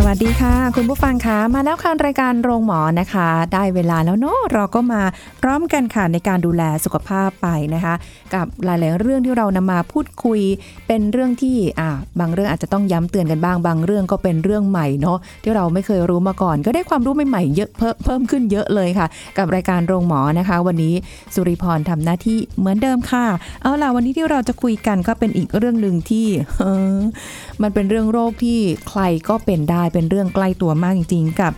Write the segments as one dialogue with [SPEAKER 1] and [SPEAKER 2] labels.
[SPEAKER 1] สวัสดีค่ะ คุณผู้ฟังคะมาแล้วค่ะรายการโรงหมอนะคะ ได้เวลาแล้วเนาะเราก็มาพร้อมกันค่ะในการดูแลสุขภาพไปนะคะ กับหลายๆเรื่องที่เรานำมาพูดคุย เป็นเรื่องที่อ่าบางเรื่องอาจจะต้องย้ำเตือนกันบ้างบางเรื่องก็เป็นเรื่องใหม่เนาะที่เราไม่เคยรู้มาก่อน ก็ได้ความรู้ใหม่ๆเยอะเพิ่มเพิ่มขึ้นเยอะเลยค่ะ กับรายการโรงหมอนะคะ วันนี้สุริพรทำหน้าที่เหมือนเดิมค่ะ เอาล่ะวันนี้ที่เราจะคุยกันก็เป็นอีกเรื่องหนึ่งที่ มันเป็นเรื่องโรคที่ใครก็เป็นได้เป็นเรื่องใกล้ตัวมากจริงๆ กับ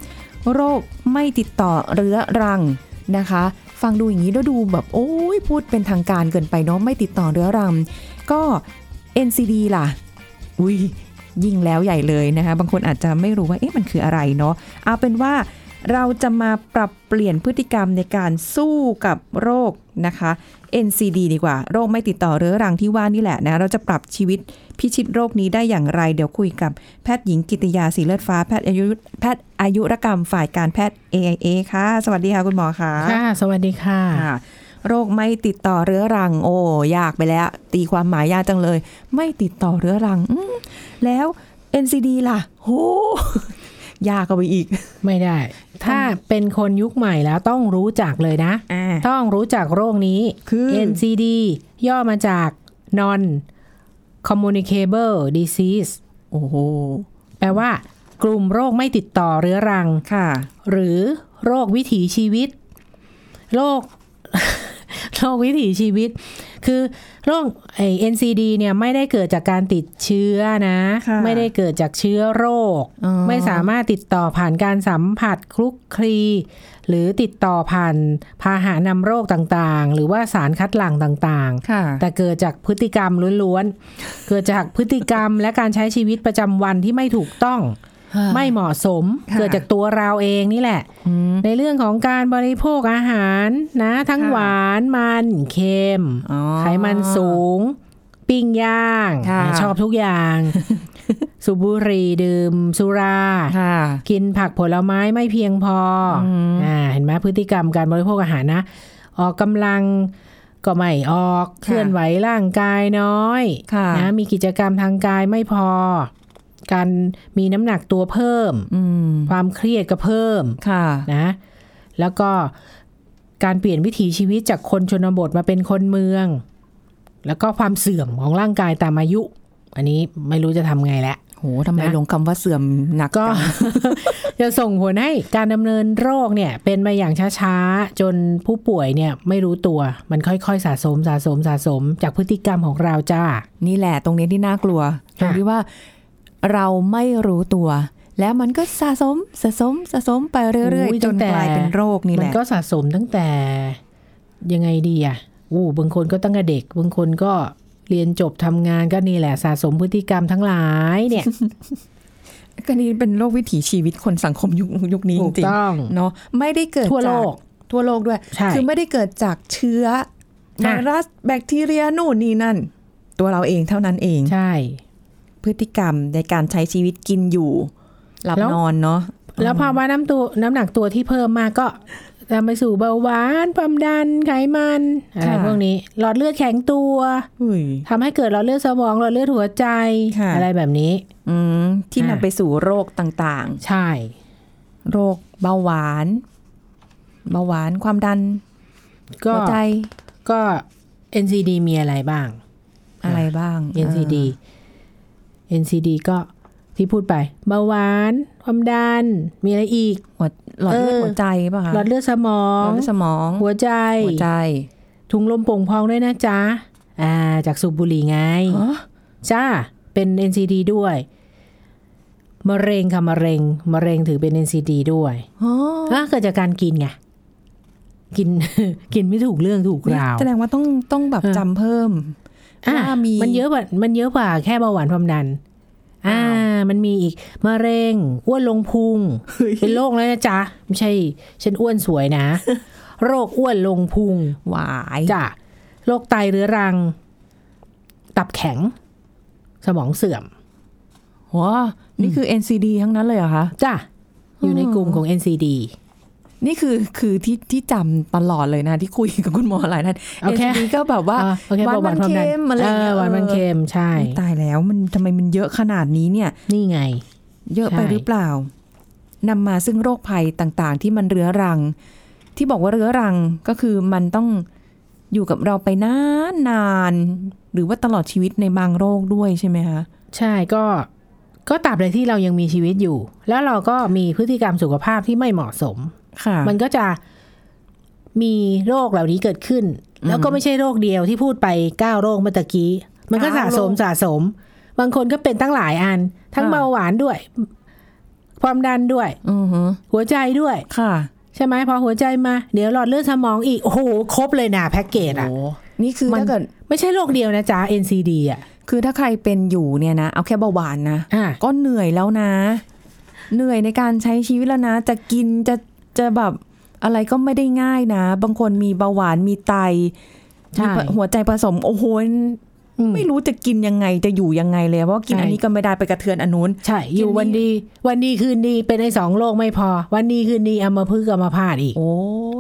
[SPEAKER 1] โรคไม่ติดต่อเรื้อรังนะคะ ฟังดูอย่างนี้แล้วดูแบบโอ้ยพูดเป็นทางการเกินไปเนาะไม่ติดต่อเรื้อรังก็ NCD ล่ะ อุ้ยยิ่งแล้วใหญ่เลยนะคะ บางคนอาจจะไม่รู้ว่าเอ๊ะมันคืออะไรเนาะเอาเป็นว่าเราจะมาปรับเปลี่ยนพฤติกรรมในการสู้กับโรคนะคะ NCD ดีกว่า โรคไม่ติดต่อเรื้อรังที่ว่านี่แหละนะเราจะปรับชีวิต พิชิตโรคนี้ได้อย่างไร เดี๋ยวคุยกับแพทย์หญิงกิติยาสีเลือดฟ้า แพทย์อายุแพทย์อายุรกรรมฝ่ายการแพทย์ AIA ค่ะ สวัสดีค่ะคุณหมอค่ะ
[SPEAKER 2] ค่ะ สวัสดีค่ะ
[SPEAKER 1] ค่ะ โรคไม่ติดต่อเรื้อรัง โอ้ยากไปแล้ว ตีความหมายยากจังเลย ไม่ติดต่อเรื้อรังอืมแล้ว NCD ล่ะโห ยากกว่าไปอีก
[SPEAKER 2] ไม่ได้ ถ้าเป็นคนยุคใหม่แล้วต้องรู้จักเลยนะ
[SPEAKER 1] อ่า
[SPEAKER 2] ต้องรู้จักโรคนี้
[SPEAKER 1] คือ
[SPEAKER 2] NCD ย่อมาจาก non communicable disease
[SPEAKER 1] โอ้โห
[SPEAKER 2] แปลว่ากลุ่มโรคไม่ติดต่อเรื้อรัง
[SPEAKER 1] ค่ะ
[SPEAKER 2] หรือโรควิถีชีวิต โรค โรควิถีชีวิต คือโรคไอ NCD เนี่ยไม่ได้เกิดจากการติดเชื้อนะ
[SPEAKER 1] ค่ะ
[SPEAKER 2] ไม่ได้เกิดจากเชื้อโรค
[SPEAKER 1] อ๋อ
[SPEAKER 2] ไม่สามารถติดต่อผ่านการสัมผัสคลุกคลี หรือติดต่อผ่านพาหะนำโรคต่างๆ หรือว่าสารคัดหลั่งต่างๆ
[SPEAKER 1] ค่ะ
[SPEAKER 2] แต่เกิดจากพฤติกรรมล้วน ๆ เกิดจากพฤติกรรมและการใช้ชีวิตประจำวันที่ไม่ถูกต้อง ไม่เหมาะสม
[SPEAKER 1] ค่ะ
[SPEAKER 2] เกิดจากตัวเราเองนี่แหละ
[SPEAKER 1] อืม
[SPEAKER 2] ในเรื่องของการบริโภคอาหารนะ ทั้ง
[SPEAKER 1] ค่ะ
[SPEAKER 2] หวานมันเค็ม
[SPEAKER 1] อ๋อ
[SPEAKER 2] ไขมันสูง ปิ้งย่าง
[SPEAKER 1] ค่ะ
[SPEAKER 2] ชอบทุกอย่าง สูบบุหรี่ดื่ม สุรา
[SPEAKER 1] ค่ะ
[SPEAKER 2] กินผักผลไม้ไม่เพียงพออ
[SPEAKER 1] ม
[SPEAKER 2] อ่าเห็นไหมพฤติกรรมการบริโภคอาหารนะ ออกกำลังก็ไม่ออกเคลื่อนไหวร่างกายน้อย
[SPEAKER 1] ค่ะ
[SPEAKER 2] นะมีกิจกรรมทางกายไม่พอ การมีน้ำหนักตัวเพิ่ม
[SPEAKER 1] อืม
[SPEAKER 2] ความเครียดก็เพิ่ม
[SPEAKER 1] ค่ะ
[SPEAKER 2] นะ แล้วก็การเปลี่ยนวิถีชีวิตจากคนชนบทมาเป็นคนเมือง แล้วก็ความเสื่อมของร่างกายตามอายุ อันนี้ไม่รู้จะทำไงแล้ว
[SPEAKER 1] โหทำไม
[SPEAKER 2] นะ
[SPEAKER 1] ลงคำว่าเสื่อมหนัก
[SPEAKER 2] ก็
[SPEAKER 1] จัง
[SPEAKER 2] จะส่งผลให้การดำเนินโรคเนี่ยเป็นมาอย่างช้าๆ จนผู้ป่วยเนี่ยไม่รู้ตัวมันค่อยๆ สะสมสะสมสะสมจากพฤติกรรมของเราจ้า
[SPEAKER 1] นี่แหละตรงนี้ที่น่ากลัวตร
[SPEAKER 2] ค่ะ
[SPEAKER 1] งที่ว่าเราไม่รู้ตัว แล้วมันก็สะสมสะสมสะสมไปเรื่อย
[SPEAKER 2] อุ้
[SPEAKER 1] ๆจน
[SPEAKER 2] ตั้งแต่
[SPEAKER 1] กลายเป็นโรคนี่แหละ
[SPEAKER 2] มันก็สะสมตั้งแต่ยังไงดีอ่ะอู้บางคนก็ตั้งแต่เด็ก บางคนก็เรียนจบทำงานก็นี่แหละสะสมพฤติกรรมทั้งหลายเนี่ย
[SPEAKER 1] ก็นี่เป็นโรควิถีชีวิตคนสังคมยุคยุคนี้จ
[SPEAKER 2] ถูก
[SPEAKER 1] ริง
[SPEAKER 2] ต้อง
[SPEAKER 1] ๆเนาะไม่ได้เกิด
[SPEAKER 2] ทั่วโลก
[SPEAKER 1] จากทั่วโลกด้วย
[SPEAKER 2] ใช่
[SPEAKER 1] คือไม่ได้เกิดจากเชื้อไว
[SPEAKER 2] ค่ะ
[SPEAKER 1] รัสแบคทีเรียนู่นนี่นั่น ตัวเราเองเท่านั้นเอง
[SPEAKER 2] ใช่
[SPEAKER 1] พฤติกรรมในการใช้ชีวิตกินอยู่ หลับ
[SPEAKER 2] แล้ว
[SPEAKER 1] นอนเนาะ
[SPEAKER 2] แล้วภาวะน้ำตัวน้ำหนักตัวที่เพิ่มมากก็นำไปสู่เบาหวานความดันไขมันอะไรพวกนี้ หลอดเลือดแข็งตัว
[SPEAKER 1] อุ้ย
[SPEAKER 2] ทำให้เกิดหลอดเลือดสมองหลอดเลือดหัวใจ
[SPEAKER 1] ค่ะ
[SPEAKER 2] อะไรแบบนี้
[SPEAKER 1] อืมที่นำ
[SPEAKER 2] อ่ะ
[SPEAKER 1] ไปสู่โรคต่างๆ
[SPEAKER 2] ใช่
[SPEAKER 1] โรคเบาหวาน เบาหวานความดัน
[SPEAKER 2] ก็
[SPEAKER 1] หัวใจ
[SPEAKER 2] ก็ NCD มีอะไรบ้าง
[SPEAKER 1] อะไรบ้าง
[SPEAKER 2] NCD NCD ก็ที่พูดไปเบาหวาน ความดัน มีอะไรอีก
[SPEAKER 1] เออหัวหลอดเลือด
[SPEAKER 2] เออ
[SPEAKER 1] หัวใจป่ะคะ
[SPEAKER 2] หลอดเลือดสมอ
[SPEAKER 1] หล
[SPEAKER 2] ง
[SPEAKER 1] อดเลือดสมอง
[SPEAKER 2] หัวใจ
[SPEAKER 1] หัวใจ
[SPEAKER 2] ถุงลมโป่งพองด้วยนะจ๊ะอ่าจากสูบบุหรี่ไง
[SPEAKER 1] ฮะ
[SPEAKER 2] จ้า เป็น NCD ด้วย มะเร็งค่ะมะเร็ง มะเร็งถือเป็น NCD ด้วย
[SPEAKER 1] อ๋อ
[SPEAKER 2] อ่ะเกิดจากการกินไง กิน กินไม่ถูกเรื่องถูก
[SPEAKER 1] เนี่ย
[SPEAKER 2] ราว
[SPEAKER 1] แสดงว่าต้องต้องแบบ
[SPEAKER 2] เออ
[SPEAKER 1] จำเพิ่ม
[SPEAKER 2] อ่ะ
[SPEAKER 1] ว่ามี
[SPEAKER 2] มันเยอะกว่า มันเยอะกว่าแค่เบาหวานความดัน อ่า มันมีอีกมะเร็งอ้วนลงพุง เป็นโรคแล้วนะจ๊ะ ไม่ใช่ ฉันอ้วนสวย นะ โรคอ้วนลงพุง
[SPEAKER 1] หวาย
[SPEAKER 2] จ้ะโรคไตเรื้อรัง ตับแข็ง สมองเสื่อม
[SPEAKER 1] ว้านี่คือ NCD ทั้งนั้นเลยเหรอคะ
[SPEAKER 2] จ้ะ อยู่ในกลุ่มของ NCD
[SPEAKER 1] นี่คือคือที่ที่จำตลอดเลยนะ ที่คุยกับคุณหมอหลายท่าน
[SPEAKER 2] โอเค
[SPEAKER 1] NCD ก็แบบว่า
[SPEAKER 2] อ่ะโอเค
[SPEAKER 1] หวาน
[SPEAKER 2] เบาห
[SPEAKER 1] มั
[SPEAKER 2] วาน นความดัน
[SPEAKER 1] เค็มอะไร
[SPEAKER 2] เอ
[SPEAKER 1] อย่างเงี้
[SPEAKER 2] อย หวานมันเค็มใช่
[SPEAKER 1] เออตายแล้วมันทำไมมันเยอะขนาดนี้เนี่ย
[SPEAKER 2] นี่ไง
[SPEAKER 1] เยอะไป
[SPEAKER 2] ใช่
[SPEAKER 1] หรือเปล่านำมาซึ่งโรคภัยต่างๆ ที่มันเรื้อรัง ที่บอกว่าเรื้อรังก็คือมันต้องอยู่กับเราไปนานนานๆหรือว่าตลอดชีวิตในบางโรคด้วยใช่ไหมคะ
[SPEAKER 2] ใช่ก็ก็ตราบใดที่เรายังมีชีวิตอยู่ แล้วเราก็มีพฤติกรรมสุขภาพที่ไม่เหมาะสม
[SPEAKER 1] ค่ะ
[SPEAKER 2] มันก็จะมีโรคเหล่านี้เกิดขึ้น แล้วก็ไม่ใช่โรคเดียวที่พูดไปเก้าโรคเมื่อตะกี้ มันก็
[SPEAKER 1] เก้า
[SPEAKER 2] สะสม
[SPEAKER 1] โรค
[SPEAKER 2] สะสม บางคนก็เป็นตั้งหลายอัน ทั้ง
[SPEAKER 1] อ่า
[SPEAKER 2] เบาหวานด้วย ความดันด้วย
[SPEAKER 1] อือฮึ
[SPEAKER 2] หัวใจด้วย
[SPEAKER 1] ค่ะ
[SPEAKER 2] ใช่ไหมพอหัวใจมา เดี๋ยวหลอดเลือดสมองอีก โอ้โห ครบเลยนะแพ็กเกจอะ
[SPEAKER 1] นี่คือ
[SPEAKER 2] มัน
[SPEAKER 1] ถ้าเกิด
[SPEAKER 2] ไม่ใช่โรคเดียวนะจ๊ะ NCD อะ
[SPEAKER 1] คือถ้าใครเป็นอยู่เนี่ยนะ เอาแค่เบาหวานนะ
[SPEAKER 2] อ่ะ
[SPEAKER 1] ก็เหนื่อยแล้วนะ เหนื่อยในการใช้ชีวิตแล้วนะ จะกินจะจะแบบอะไรก็ไม่ได้ง่ายนะ บางคนมีเบาหวานมีไต
[SPEAKER 2] ใช่
[SPEAKER 1] มีหัวใจผสมโอ้โห
[SPEAKER 2] อืม
[SPEAKER 1] ไม่รู้จะกินยังไงจะอยู่ยังไงเลยเพราะว่ากิน
[SPEAKER 2] ใช่
[SPEAKER 1] อันนี้ก็ไม่ได้ไปกระเทือนอันนู้น
[SPEAKER 2] ใช่ อยู่
[SPEAKER 1] กินนี่
[SPEAKER 2] วันดี วันดีคืนดีเป็นในสองโรคไม่พอ วันดีคืนดีเอามาพึกเอามาพาดอีก
[SPEAKER 1] โอ้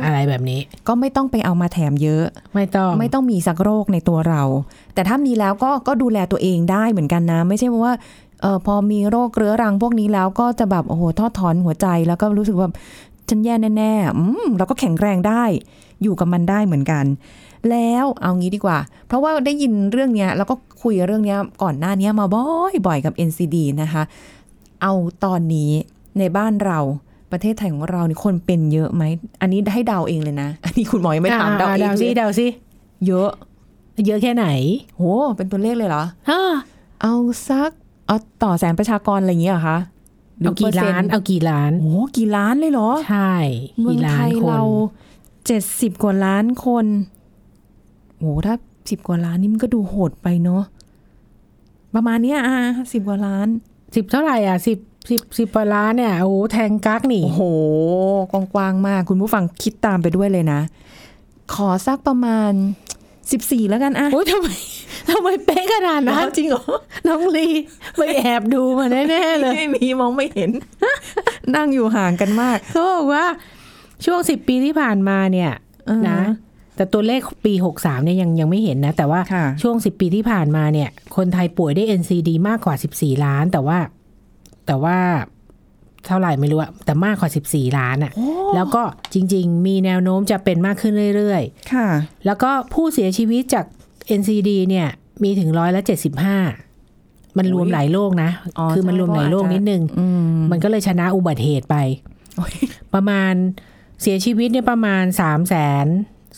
[SPEAKER 2] อะไรแบบนี้
[SPEAKER 1] ก็ไม่ต้องไปเอามาแถมเยอะ
[SPEAKER 2] ไม่ต้อง
[SPEAKER 1] ไม่ต้องมีสักโรคในตัวเรา แต่ถ้ามีแล้วก็ก็ดูแลตัวเองได้เหมือนกันนะ ไม่ใช่ว่าเออพอมีโรคเรื้อรังพวกนี้แล้วก็จะแบบโอ้โหทอดถอนหัวใจแล้วก็รู้สึกว่าฉันแย่แน่ๆอืมเราก็แข็งแรงได้ อยู่กับมันได้เหมือนกัน แล้วเอางี้ดีกว่า เพราะว่าได้ยินเรื่องเนี้ยแล้วก็คุยเรื่องเนี้ยก่อนหน้าเนี้ยมาบ่อยๆกับ NCD นะคะ เอาตอนนี้ในบ้านเราประเทศไทยของเรานี่คนเป็นเยอะไหมอันนี้ให้เดาเองเลยนะ อันนี้คุณหมอยังไม่ถามเดา
[SPEAKER 2] อ่
[SPEAKER 1] เอง
[SPEAKER 2] เดา
[SPEAKER 1] เล
[SPEAKER 2] ซิ
[SPEAKER 1] ย
[SPEAKER 2] เดาซิ
[SPEAKER 1] เยอะ
[SPEAKER 2] เยอะแค่ไหน
[SPEAKER 1] โห เป็นตัวเลขเลยเหรอ
[SPEAKER 2] อ้า
[SPEAKER 1] เอาสัก เอาต่อแสนประชากรอะไรอย่างเงี้ยเหรอคะหรื
[SPEAKER 2] เอากี่
[SPEAKER 1] ปร์ซ็
[SPEAKER 2] ล้าน
[SPEAKER 1] ต์
[SPEAKER 2] เอากี่ล้าน
[SPEAKER 1] โห กี่ล้านเลยเหรอ
[SPEAKER 2] ใช่
[SPEAKER 1] เมือง
[SPEAKER 2] กี่ล้า
[SPEAKER 1] ไท
[SPEAKER 2] น
[SPEAKER 1] ย
[SPEAKER 2] คน
[SPEAKER 1] เราเจ็ดสิบกว่าล้านคน โห ถ้าสิบกว่าล้านนี่มันก็ดูโหดไปเนาะ ประมาณเนี้ยอ่ะสิบกว่าล้าน
[SPEAKER 2] สิบเท่าไหร่อ่ะสิบสิบสิบกว่าล้านเนี่ย โอ้โหแทงกักนี่
[SPEAKER 1] โอ้โห กว้างๆมาก คุณผู้ฟังคิดตามไปด้วยเลยนะ ขอสักประมาณสิบสี่แล้วกันอ่ะ
[SPEAKER 2] โอ้ยทำไม ทำไมเป๊ะขนาดนั้น
[SPEAKER 1] จริงเหรอ
[SPEAKER 2] น้องลีไปแอบดูมาแน่ ๆเลย
[SPEAKER 1] ไม่มีมองไม่เห็น นั่งอยู่ห่างกันมาก
[SPEAKER 2] เขาบอกว่าช่วงสิบปีที่ผ่านมาเนี่ย
[SPEAKER 1] อ่าฮะ
[SPEAKER 2] นะ แต่ตัวเลขปีหกสามเนี่ยยังยังไม่เห็นนะ แต่ว่า
[SPEAKER 1] ค่ะ
[SPEAKER 2] ช่วงสิบปีที่ผ่านมาเนี่ย คนไทยป่วยได้วย NCD มากกว่าสิบสี่ล้าน แต่ว่า แต่ว่าเท่าไหร่ไม่รู้อะแต่มากกว่าสิบสี่ล้านอะแล้วก็จริง ๆ มีแนวโน้มจะเป็นมากขึ้นเรื่อย
[SPEAKER 1] ค่ะ
[SPEAKER 2] ๆ แล้วก็ผู้เสียชีวิตจาก NCD เนี่ย มีถึงร้อยละเจ็ดสิบห้ามันรวมหลายโรคนะ
[SPEAKER 1] อ๋อ
[SPEAKER 2] คือมัน
[SPEAKER 1] ใช่
[SPEAKER 2] รวมหลายโรคนิดนึง
[SPEAKER 1] อืม
[SPEAKER 2] มันก็เลยชนะอุบัติเหตุไป ประมาณเสียชีวิตเนี่ยประมาณสามแสน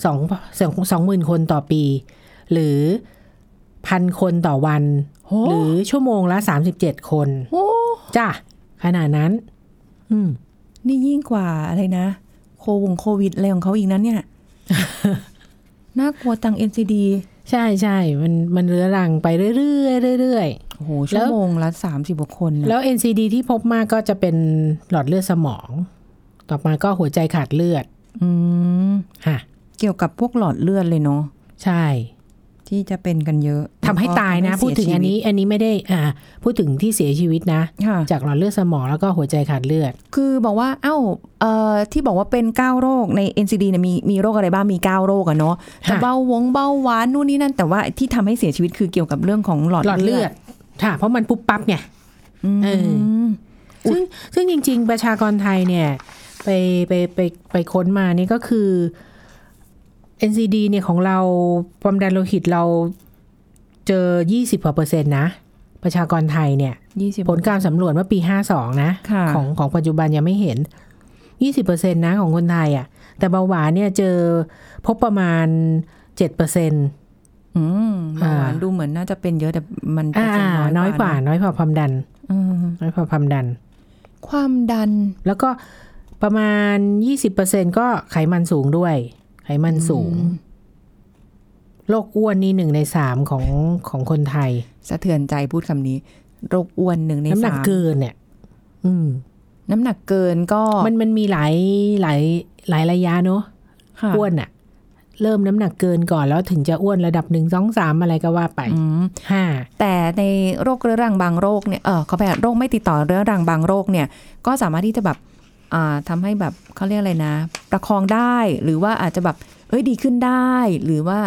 [SPEAKER 2] สองสองหมื่นคนต่อปี หรือพันคนต่อวัน
[SPEAKER 1] โห
[SPEAKER 2] หรือชั่วโมงละสามสิบเจ็ดคน
[SPEAKER 1] โอ้
[SPEAKER 2] จ้ะ ขนาดนั้น อืม
[SPEAKER 1] นี่ยิ่งกว่าอะไรนะ โควงโควิดอะไรของเขาอีกนั้น เนี่ย น่ากลัวตัง NCD
[SPEAKER 2] ใช่ใช่มันมันเรื้อรังไปเรื่อยเรื่อยเรื่อย
[SPEAKER 1] โอ้โห ชั่วโมงละสามสิบกว่าคน
[SPEAKER 2] แล้ว NCD ที่พบมากก็จะเป็นหลอดเลือดสมอง ต่อมาก็หัวใจขาดเลือด
[SPEAKER 1] อืม
[SPEAKER 2] ค่ะ
[SPEAKER 1] เกี่ยวกับพวกหลอดเลือดเลยเนาะ
[SPEAKER 2] ใช่
[SPEAKER 1] ที่จะเป็นกันเยอะ
[SPEAKER 2] ทำให้
[SPEAKER 1] แล้วก็
[SPEAKER 2] ตายนะ
[SPEAKER 1] ทำให้
[SPEAKER 2] พูดถึง
[SPEAKER 1] เสีย
[SPEAKER 2] อัน
[SPEAKER 1] ชีวิ
[SPEAKER 2] นี้อันนี้ไม่ได้อ่าพูดถึงที่เสียชีวิตนะ
[SPEAKER 1] ตค่ะ
[SPEAKER 2] จากหลอดเลือดสมองแล้วก็หัวใจขาดเลือด
[SPEAKER 1] คือบอกว่า เอ้าเอ่อที่บอกว่าเป็น 9 โรคใน NCD เนี่ยมีมีโรคอะไรบ้าง มี 9 โรคอะเนาะจะ
[SPEAKER 2] ค่ะ
[SPEAKER 1] เบาหวงเบาหวานนู่นนี่นั่น แต่ว่าที่ทำให้เสียชีวิตคือเกี่ยวกับเรื่องของหลอด
[SPEAKER 2] หลอด
[SPEAKER 1] เลื
[SPEAKER 2] เลื
[SPEAKER 1] อ
[SPEAKER 2] อ
[SPEAKER 1] ด
[SPEAKER 2] ดค่ะเพราะมันปุ๊บปั๊บไง เออ
[SPEAKER 1] ม
[SPEAKER 2] ซึ่งซึ่งจริง ๆ ประชากรไทยเนี่ย ไปไปไปไปค้นมานี่ก็คือ NCD เนี่ยของเราความดันโลหิตเราเจอ 20กว่าเปอร์เซ็นต์นะ ประชากรไทยเนี่ย
[SPEAKER 1] ยี่สิบ
[SPEAKER 2] ผลการสำรวจเมื่อปี 52 นะ
[SPEAKER 1] ค่ะ
[SPEAKER 2] ของของปัจจุบันยังไม่เห็น 20%นะของคนไทยอ่ะ แต่เบาหวานเนี่ยเจอพบประมาณ 7%เปอร์เซ็นต์
[SPEAKER 1] อืมเบาหวาน
[SPEAKER 2] อ่า
[SPEAKER 1] ดูเหมือนน่าจะเป็นเยอะแต่มันเปอ
[SPEAKER 2] อ่า
[SPEAKER 1] ร์เซ็นต์
[SPEAKER 2] น้อยกว่า
[SPEAKER 1] ะ
[SPEAKER 2] น้อยกว่าความดัน
[SPEAKER 1] อืม
[SPEAKER 2] น้อยกว่าความดัน
[SPEAKER 1] ความดัน
[SPEAKER 2] แล้วก็ประมาณ 20%ก็ไขมันสูงด้วย ไขมันสูง โรคอ้วนนี่หนึ่งในสามของของคนไทย
[SPEAKER 1] สะเทือนใจพูดคำนี้ โรคอ้วนหนึ่งใน
[SPEAKER 2] น้ำหนัก
[SPEAKER 1] สาม
[SPEAKER 2] เกินเนี่ย อืม
[SPEAKER 1] น้ำหนักเกินก็
[SPEAKER 2] มันมันมีหลายหลายหลายระยะเนอะ
[SPEAKER 1] ค่ะ
[SPEAKER 2] อ้วนอะเริ่มน้ำหนักเกินก่อนแล้วถึงจะอ้วนระดับหนึ่งสองสามอะไรก็ว่าไป
[SPEAKER 1] อืม
[SPEAKER 2] ห้า
[SPEAKER 1] แต่ในโรคเรื้อรังบางโรคเนี่ย เออเขาแบบโรคไม่ติดต่อเรื้อรังบางโรคเนี่ย ก็สามารถที่จะแบบอ่าทำให้แบบเขาเรียกอะไรนะ ประคองได้ หรือว่าอาจจะแบบ เอ้ยดีขึ้นได้ หรือว่า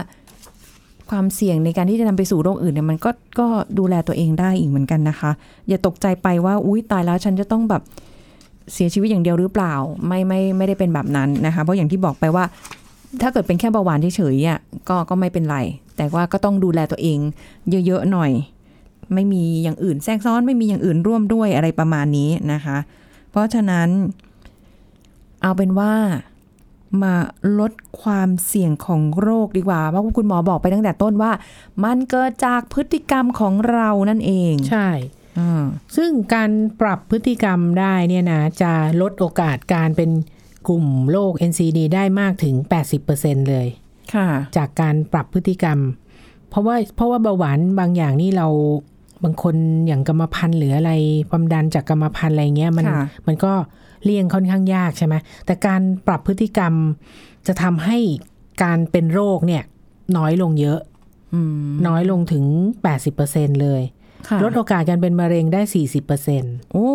[SPEAKER 1] ความเสี่ยงในการที่จะนำไปสู่โรคอื่นเนี่ยมันก็ก็ดูแลตัวเองได้อีกเหมือนกันนะคะ อย่าตกใจไปว่า อุ้ยตายแล้วฉันจะต้องแบบเสียชีวิตอย่างเดียวหรือเปล่า ไม่ไม่ไม่ได้เป็นแบบนั้นนะคะ เพราะอย่างที่บอกไปว่า ถ้าเกิดเป็นแค่เบาหวานเฉยๆอ่ะก็ก็ไม่เป็นไร แต่ว่าก็ต้องดูแลตัวเอง เยอะ ๆ หน่อย ไม่มีอย่างอื่นแทรกซ้อนไม่มีอย่างอื่นร่วมด้วยอะไรประมาณนี้นะคะ เพราะฉะนั้น เอาเป็นว่ามาลดความเสี่ยงของโรคดีกว่า เพราะว่าคุณหมอบอกไปตั้งแต่ต้นว่า มันเกิดจากพฤติกรรมของเรานั่นเอง
[SPEAKER 2] ใช่
[SPEAKER 1] อ่า
[SPEAKER 2] ซึ่งการปรับพฤติกรรมได้เนี่ยนะจะลดโอกาสการเป็นกลุ่มโรค NCD ได้มากถึง 80%เลย
[SPEAKER 1] ค่ะ
[SPEAKER 2] จากการปรับพฤติกรรม เพราะว่าเพราะว่าเบาหวานบางอย่างนี่เราบางคนอย่างกรรมพันธุ์หรืออะไรความดันจากกรรมพันธุ์อะไรเงี้ยมัน
[SPEAKER 1] ค่ะ
[SPEAKER 2] มันก็เลี่ยงค่อนข้างยากใช่ไหมแต่การปรับพฤติกรรมจะทำให้การเป็นโรคเนี่ยน้อยลงเยอะ
[SPEAKER 1] อืม
[SPEAKER 2] น้อยลงถึง 80%เลย
[SPEAKER 1] ค่ะ
[SPEAKER 2] ลดโอกาสการเป็นมะเร็งได้ 40%
[SPEAKER 1] โอ้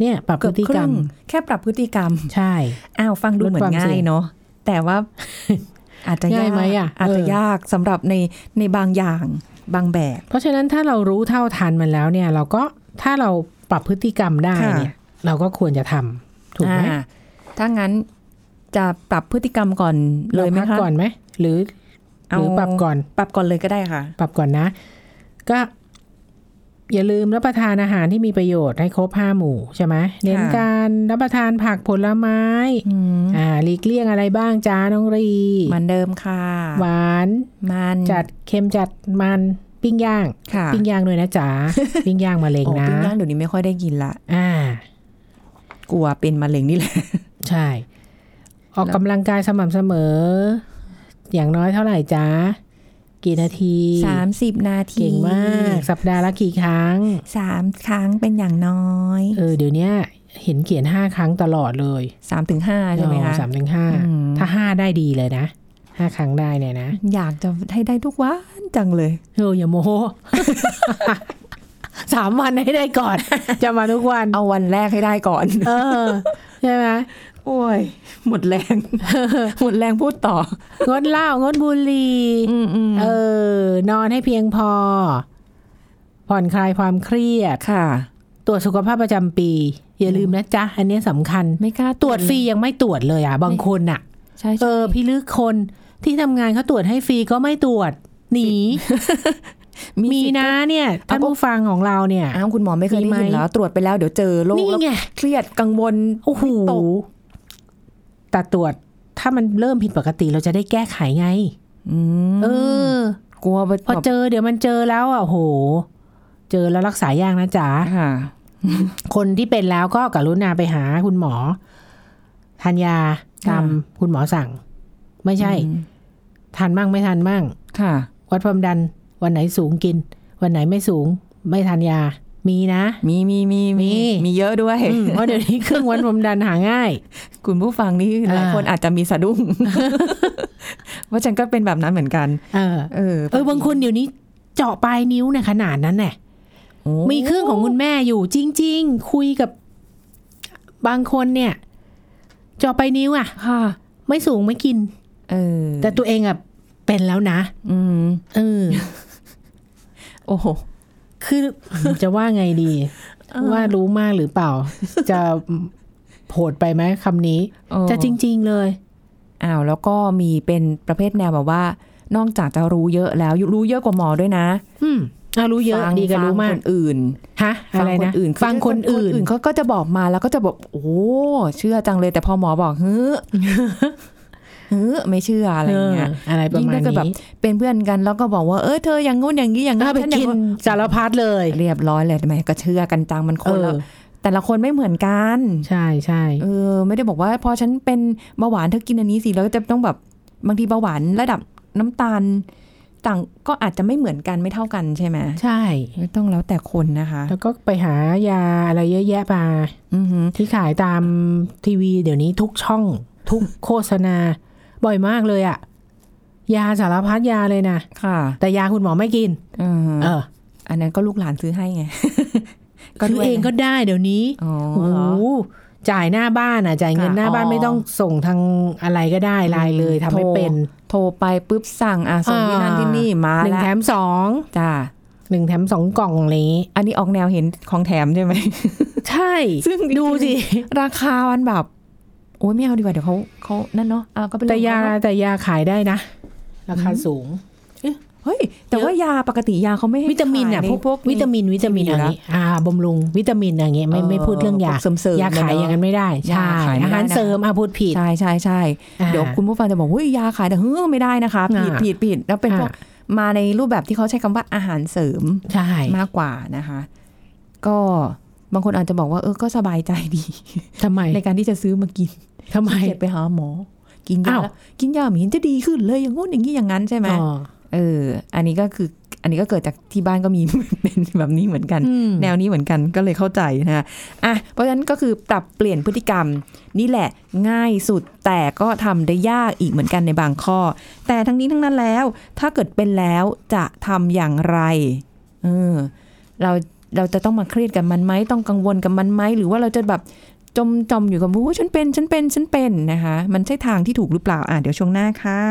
[SPEAKER 2] เนี่ยปรับพ
[SPEAKER 1] เกือ
[SPEAKER 2] ฤ
[SPEAKER 1] บ
[SPEAKER 2] ติ
[SPEAKER 1] ค
[SPEAKER 2] กร
[SPEAKER 1] รึ่
[SPEAKER 2] รม
[SPEAKER 1] งแค่ปรับพฤติกรรม
[SPEAKER 2] ใช่
[SPEAKER 1] อ้าวฟังดู
[SPEAKER 2] ลด
[SPEAKER 1] เหมือ
[SPEAKER 2] ควานม
[SPEAKER 1] ง่า
[SPEAKER 2] เสี่
[SPEAKER 1] ย
[SPEAKER 2] ยง
[SPEAKER 1] เนาะแต่ ว่า อาจจะยา
[SPEAKER 2] ง่ากยไหมอะ
[SPEAKER 1] อาจจะยากสำหรับในในบางอย่างบางแบบ
[SPEAKER 2] เพราะฉะนั้นถ้าเรารู้เท่าทันมันแล้วเนี่ย เราก็ถ้าเราปรับพฤติกรรมได้เนี่ย เราก็ควรจะทำถูกไหม
[SPEAKER 1] อ่าถ้างั้นจะปรับพฤติกรรมก่อนเลยไหม
[SPEAKER 2] ราพั
[SPEAKER 1] คะ
[SPEAKER 2] กก่อนไหมหรือห
[SPEAKER 1] เา
[SPEAKER 2] รือปรับก่อน
[SPEAKER 1] ปรับก่อนเลยก็ได้ค่ะ
[SPEAKER 2] ปรับก่อนนะ ก็อย่าลืมรับประทานอาหารที่มีประโยชน์ให้ครบห้าหมู่ใช่ไหมเน้นการรับประทานผักผลไม้
[SPEAKER 1] อืม
[SPEAKER 2] อ่าหลีกเลี่ยงอะไรบ้างจ้าน้องรี
[SPEAKER 1] เหมือนเดิมค่ะ
[SPEAKER 2] หวาน
[SPEAKER 1] มัน
[SPEAKER 2] จัดเค็มจัดมันปิ้งย่าง
[SPEAKER 1] ค่ะ
[SPEAKER 2] ปิ้งย่างด้วยนะ จ๋า ปิ้งย่างมะเร็ง
[SPEAKER 1] โอ้
[SPEAKER 2] นะ
[SPEAKER 1] ปิ้งย่างเดี๋ยวนี้ไม่ค่อยได้กินละ
[SPEAKER 2] อ่า
[SPEAKER 1] กลัวเป็นมะเร็งนี่แหละ
[SPEAKER 2] ใช่ ออก
[SPEAKER 1] แล้ว
[SPEAKER 2] กำลังกายสม่ำเสมอ อย่างน้อยเท่าไหร่จ๊ะ กี่นาที
[SPEAKER 1] สามสิบนาที
[SPEAKER 2] เก่งมาก สัปดาห์ละกี่ครั้ง
[SPEAKER 1] สามครั้งเป็นอย่างน้อย
[SPEAKER 2] เออ เดี๋ยวเนี้ยเห็นเขียนห้าครั้งตลอดเลย
[SPEAKER 1] สามถึงห้าใช่ไหม
[SPEAKER 2] อ๋
[SPEAKER 1] คะ
[SPEAKER 2] อสามถึงห้า
[SPEAKER 1] อืม
[SPEAKER 2] ถ้าห้าได้ดีเลยนะห้าครั้งได้เนี่ยนะ
[SPEAKER 1] อยากจะให้ได้ทุกวันจังเลย
[SPEAKER 2] เอออย่าโมโห สามวันให้ได้ก่อน จะมาทุกวัน
[SPEAKER 1] เอาวันแรกให้ได้ก่อน
[SPEAKER 2] เออ ใช่ไหม
[SPEAKER 1] โอ้ย หมดแรง หมดแรงพูดต่อ
[SPEAKER 2] งดเหล้างดบุหรี่
[SPEAKER 1] อืมอืม
[SPEAKER 2] เออนอนให้เพียงพอ ผ่อนคลายความเครียด
[SPEAKER 1] ค่ะ
[SPEAKER 2] ตรวจสุขภาพประจำปี อย่าลืมนะจ๊ะ อันเนี้ยสำคัญ
[SPEAKER 1] ไม่กล้า
[SPEAKER 2] ตรวจฟรียังไม่ตรวจเลยอ่ะ บางคนอ่ะ
[SPEAKER 1] ใช่
[SPEAKER 2] เอ
[SPEAKER 1] ใช่
[SPEAKER 2] อ พี่ลึกคนที่ทำงานเขาตรวจให้ฟรีก็ไม่ตรวจ หนี มี
[SPEAKER 1] สิทธิ์
[SPEAKER 2] นะเนี่ยท่านผู้ฟังของเราเนี่ย
[SPEAKER 1] อ้าวคุณหมอไม่เคย
[SPEAKER 2] มี
[SPEAKER 1] ได้
[SPEAKER 2] ไหม
[SPEAKER 1] ยินแล้วตรวจไปแล้วเดี๋ยวเจอโรค
[SPEAKER 2] นี่
[SPEAKER 1] แล้ว
[SPEAKER 2] ไง
[SPEAKER 1] เครียดกังวล
[SPEAKER 2] โอ้โห
[SPEAKER 1] ตก
[SPEAKER 2] แต่ตรวจถ้ามันเริ่มผิดปกติเราจะได้แก้ไขไง
[SPEAKER 1] อืม
[SPEAKER 2] เออ
[SPEAKER 1] กลัว
[SPEAKER 2] พอเจอเดี๋ยวมันเจอแล้วอ่ะโห เจอแล้วรักษายากนะจ๊ะ
[SPEAKER 1] ค่ะ
[SPEAKER 2] คนที่เป็นแล้วก็กรุณาไปหาคุณหมอทานยาตาม
[SPEAKER 1] ค่ะ
[SPEAKER 2] คุณหมอสั่ง ไม่ใช่
[SPEAKER 1] อืม
[SPEAKER 2] ทานมั่งไม่ทานมั่ง
[SPEAKER 1] ค่ะ
[SPEAKER 2] วัดความดัน วันไหนสูงกิน วันไหนไม่สูง ไม่ทานยา มีนะ
[SPEAKER 1] มีมีมี
[SPEAKER 2] มี
[SPEAKER 1] มีเยอะด้วย
[SPEAKER 2] อืมเพราะเดี๋ยวนี้เครื่องวัดความดันหาง่าย
[SPEAKER 1] คุณผู้ฟังนี่หลาย
[SPEAKER 2] อ่า
[SPEAKER 1] คนอาจจะมีสะดุ้ง ว่าฉันก็เป็นแบบนั้นเหมือนกัน
[SPEAKER 2] เออ
[SPEAKER 1] เออ
[SPEAKER 2] เออบางคนเดี๋ยวนี้เจาะปลายนิ้วเนี่ยขนาดนั้นแน่ะ
[SPEAKER 1] โอ้
[SPEAKER 2] มีเครื่องของคุณแม่อยู่จริง ๆ คุยกับบางคนเนี่ย เจาะปลายนิ้วอ่ะ
[SPEAKER 1] ค่ะ
[SPEAKER 2] ไม่สูงไม่กิน
[SPEAKER 1] เออ
[SPEAKER 2] แต่ตัวเองอ่ะเป็นแล้วนะ
[SPEAKER 1] อืม
[SPEAKER 2] เออ
[SPEAKER 1] โอ้โห
[SPEAKER 2] คือ จะว่าไงดี ว่ารู้มากหรือเปล่า จะโผดไปไหมคำนี้
[SPEAKER 1] โอ้
[SPEAKER 2] จะจริง ๆ เลย
[SPEAKER 1] อ้าวแล้วก็มีเป็นประเภทแนวแบบว่า นอกจากจะรู้เยอะแล้วรู้เยอะกว่าหมอด้วยนะ
[SPEAKER 2] อืมเอารู้เยอะ
[SPEAKER 1] ฟัง
[SPEAKER 2] ดีกับรู้
[SPEAKER 1] ฟัง
[SPEAKER 2] มา
[SPEAKER 1] ค
[SPEAKER 2] ก
[SPEAKER 1] นอื่น
[SPEAKER 2] ฮะ
[SPEAKER 1] ฟั
[SPEAKER 2] อะ
[SPEAKER 1] ง
[SPEAKER 2] ไร
[SPEAKER 1] คน
[SPEAKER 2] นะ
[SPEAKER 1] อื่น
[SPEAKER 2] ฟังคนอื่น
[SPEAKER 1] เขาก็จะบอกมาแล้วก็จะแบบโอ้เชื่อจังเลย แต่พอหมอบอกเฮ้อ เฮ้อไม่เชื่ออะไรอย่างเงี้ย
[SPEAKER 2] เอออะไรประ
[SPEAKER 1] ยิ่ง
[SPEAKER 2] มาณ
[SPEAKER 1] ถ้าเกิดแบบ
[SPEAKER 2] นี้
[SPEAKER 1] เป็นเพื่อนกันแล้วก็บอกว่าเออเธออย่างงู้นอย่างนี้อย่าง
[SPEAKER 2] ถ้า
[SPEAKER 1] งั้น
[SPEAKER 2] ไป
[SPEAKER 1] ฉันอย่า
[SPEAKER 2] กิ
[SPEAKER 1] ง
[SPEAKER 2] น
[SPEAKER 1] งู้น
[SPEAKER 2] สารพัดเลย
[SPEAKER 1] เรียบร้อยเลยทำไมก็เชื่อกันจังมันค
[SPEAKER 2] เอน
[SPEAKER 1] ละ
[SPEAKER 2] อ
[SPEAKER 1] แต่ละคนไม่เหมือนกัน
[SPEAKER 2] ใช่ใช่
[SPEAKER 1] เออ ไม่ได้บอกว่า พอฉันเป็นเบาหวานเธอกินอันนี้สิแล้วจะต้องแบบบางทีเบาหวานระดับน้ำตาล ต่างก็อาจจะไม่เหมือนกันไม่เท่ากันใช่ไหม
[SPEAKER 2] ใช่
[SPEAKER 1] ก็ต้องแล้วแต่คนนะคะ
[SPEAKER 2] แล้วก็ไปหายาอะไรเยอะแยะมา
[SPEAKER 1] อือหือ
[SPEAKER 2] ที่ขายตามทีวี เดี๋ยวนี้ทุกช่อง ทุกโฆษณา บ่อยมากเลยอะยาสารพัดยาเลยนะ
[SPEAKER 1] ค่ะ
[SPEAKER 2] แต่ยาคุณหมอไม่กิน
[SPEAKER 1] อือหือ
[SPEAKER 2] เออ
[SPEAKER 1] อันนั้นก็ลูกหลานซื้อให้ไง ก็
[SPEAKER 2] ซื้อ
[SPEAKER 1] ด้วยนะ
[SPEAKER 2] เองก็ได้เดี๋ยวนี้
[SPEAKER 1] อ๋อ
[SPEAKER 2] โอ้โห
[SPEAKER 1] เหรอ
[SPEAKER 2] จ่ายหน้าบ้านอ่ะ จ่ายเงิน
[SPEAKER 1] ค่ะ
[SPEAKER 2] หน้าบ้าน
[SPEAKER 1] อ๋อ
[SPEAKER 2] ไม่ต้องส่งทางอะไรก็ได้ไลน์เลยทำให้
[SPEAKER 1] โทร
[SPEAKER 2] เป็น
[SPEAKER 1] โทรไปปุ๊บสั่งอ่ะส่งที่นั่น
[SPEAKER 2] อ่า
[SPEAKER 1] ที่นี่มา
[SPEAKER 2] หนึ่ง
[SPEAKER 1] แล้ว
[SPEAKER 2] แถมสอง
[SPEAKER 1] จ้า
[SPEAKER 2] หนึ่งแถมสองกล่องอะไรอย่างนี้
[SPEAKER 1] อันนี้ออกแนวเห็นของแถมใช่ไหม
[SPEAKER 2] ใช่
[SPEAKER 1] ซึ่ง
[SPEAKER 2] ดูสิ
[SPEAKER 1] ราคามันแบบ โอ้ยไม่เอาดีกว่าเดี๋ยวเขาเขานั่นเนาะอ่ะก็เป็นเรื่
[SPEAKER 2] แต่
[SPEAKER 1] องของ
[SPEAKER 2] ยา
[SPEAKER 1] เขเนอะ
[SPEAKER 2] แต่ยาขายได้นะ ราคาสูง
[SPEAKER 1] เฮ้ย แต่ว่ายาปกติยาเขาไม่ให้
[SPEAKER 2] วิตามินอ่ะ
[SPEAKER 1] ขย
[SPEAKER 2] พวก
[SPEAKER 1] ใ
[SPEAKER 2] วิตามินวิตามิน
[SPEAKER 1] อยู่
[SPEAKER 2] อะ
[SPEAKER 1] แล้
[SPEAKER 2] ไร
[SPEAKER 1] ว
[SPEAKER 2] อ่าบำรุงวิตามินอะไรเงี้ยไม่
[SPEAKER 1] เออ
[SPEAKER 2] ไม่พูดเรื่องยา
[SPEAKER 1] พวกเสริมๆ
[SPEAKER 2] ยาขาย
[SPEAKER 1] เนี่ยเนอะ
[SPEAKER 2] อย่างนั้นไม่ได้
[SPEAKER 1] ยา
[SPEAKER 2] ใช่
[SPEAKER 1] ขายไม่ได้นะ
[SPEAKER 2] อาหารเสริมอ่ะพูดผิด
[SPEAKER 1] ใช่ใช่ใช่
[SPEAKER 2] อ่า
[SPEAKER 1] เดี๋ยวคุณผู้ฟังจะบอกว่าเฮ้ยยาขายแต่เฮ้อไม่ได้นะคะผิด
[SPEAKER 2] อ่า
[SPEAKER 1] ผิดผิดแล้วเป็นพวก
[SPEAKER 2] อ่
[SPEAKER 1] มาในรูปแบบที่เขาใช้คำว่าอาหารเสริม
[SPEAKER 2] ใช่
[SPEAKER 1] มากกว่านะคะ ก็บางคนอาจจะบอกว่าเออก็สบายใจดี
[SPEAKER 2] ทำไม
[SPEAKER 1] ในการที่จะซื้อมากิน
[SPEAKER 2] ทำไม
[SPEAKER 1] ขี้เกียจไปหาหมอ กินยา
[SPEAKER 2] อ้าว
[SPEAKER 1] แล้วกินยาไม่เห็นจะดีขึ้นเลยอย่างงู้นอย่างนี้อย่างนั้นใช่ไหม
[SPEAKER 2] อ๋อ
[SPEAKER 1] เออ อันนี้ก็คือ อันนี้ก็เกิดจากที่บ้านก็มี เป็นแบบนี้เหมือนกัน
[SPEAKER 2] อืม
[SPEAKER 1] แนวนี้เหมือนกันก็เลยเข้าใจนะคะอ่ะ เพราะฉะนั้นก็คือปรับเปลี่ยนพฤติกรรม นี่แหละง่ายสุดแต่ก็ทำได้ยากอีกเหมือนกันในบางข้อ แต่ทั้งนี้ทั้งนั้นแล้ว ถ้าเกิดเป็นแล้วจะทำอย่างไรเออเราเราจะต้องมาเครียดกับมันไหมต้องกังวลกับมันไหมหรือว่าเราจะแบบจมจมอยู่กับโอ้ฉันเป็นฉันเป็นฉันเป็นนะคะ มันใช่ทางที่ถูกหรือเปล่าอ่ะเดี๋ยวช่วงหน้าค่ะ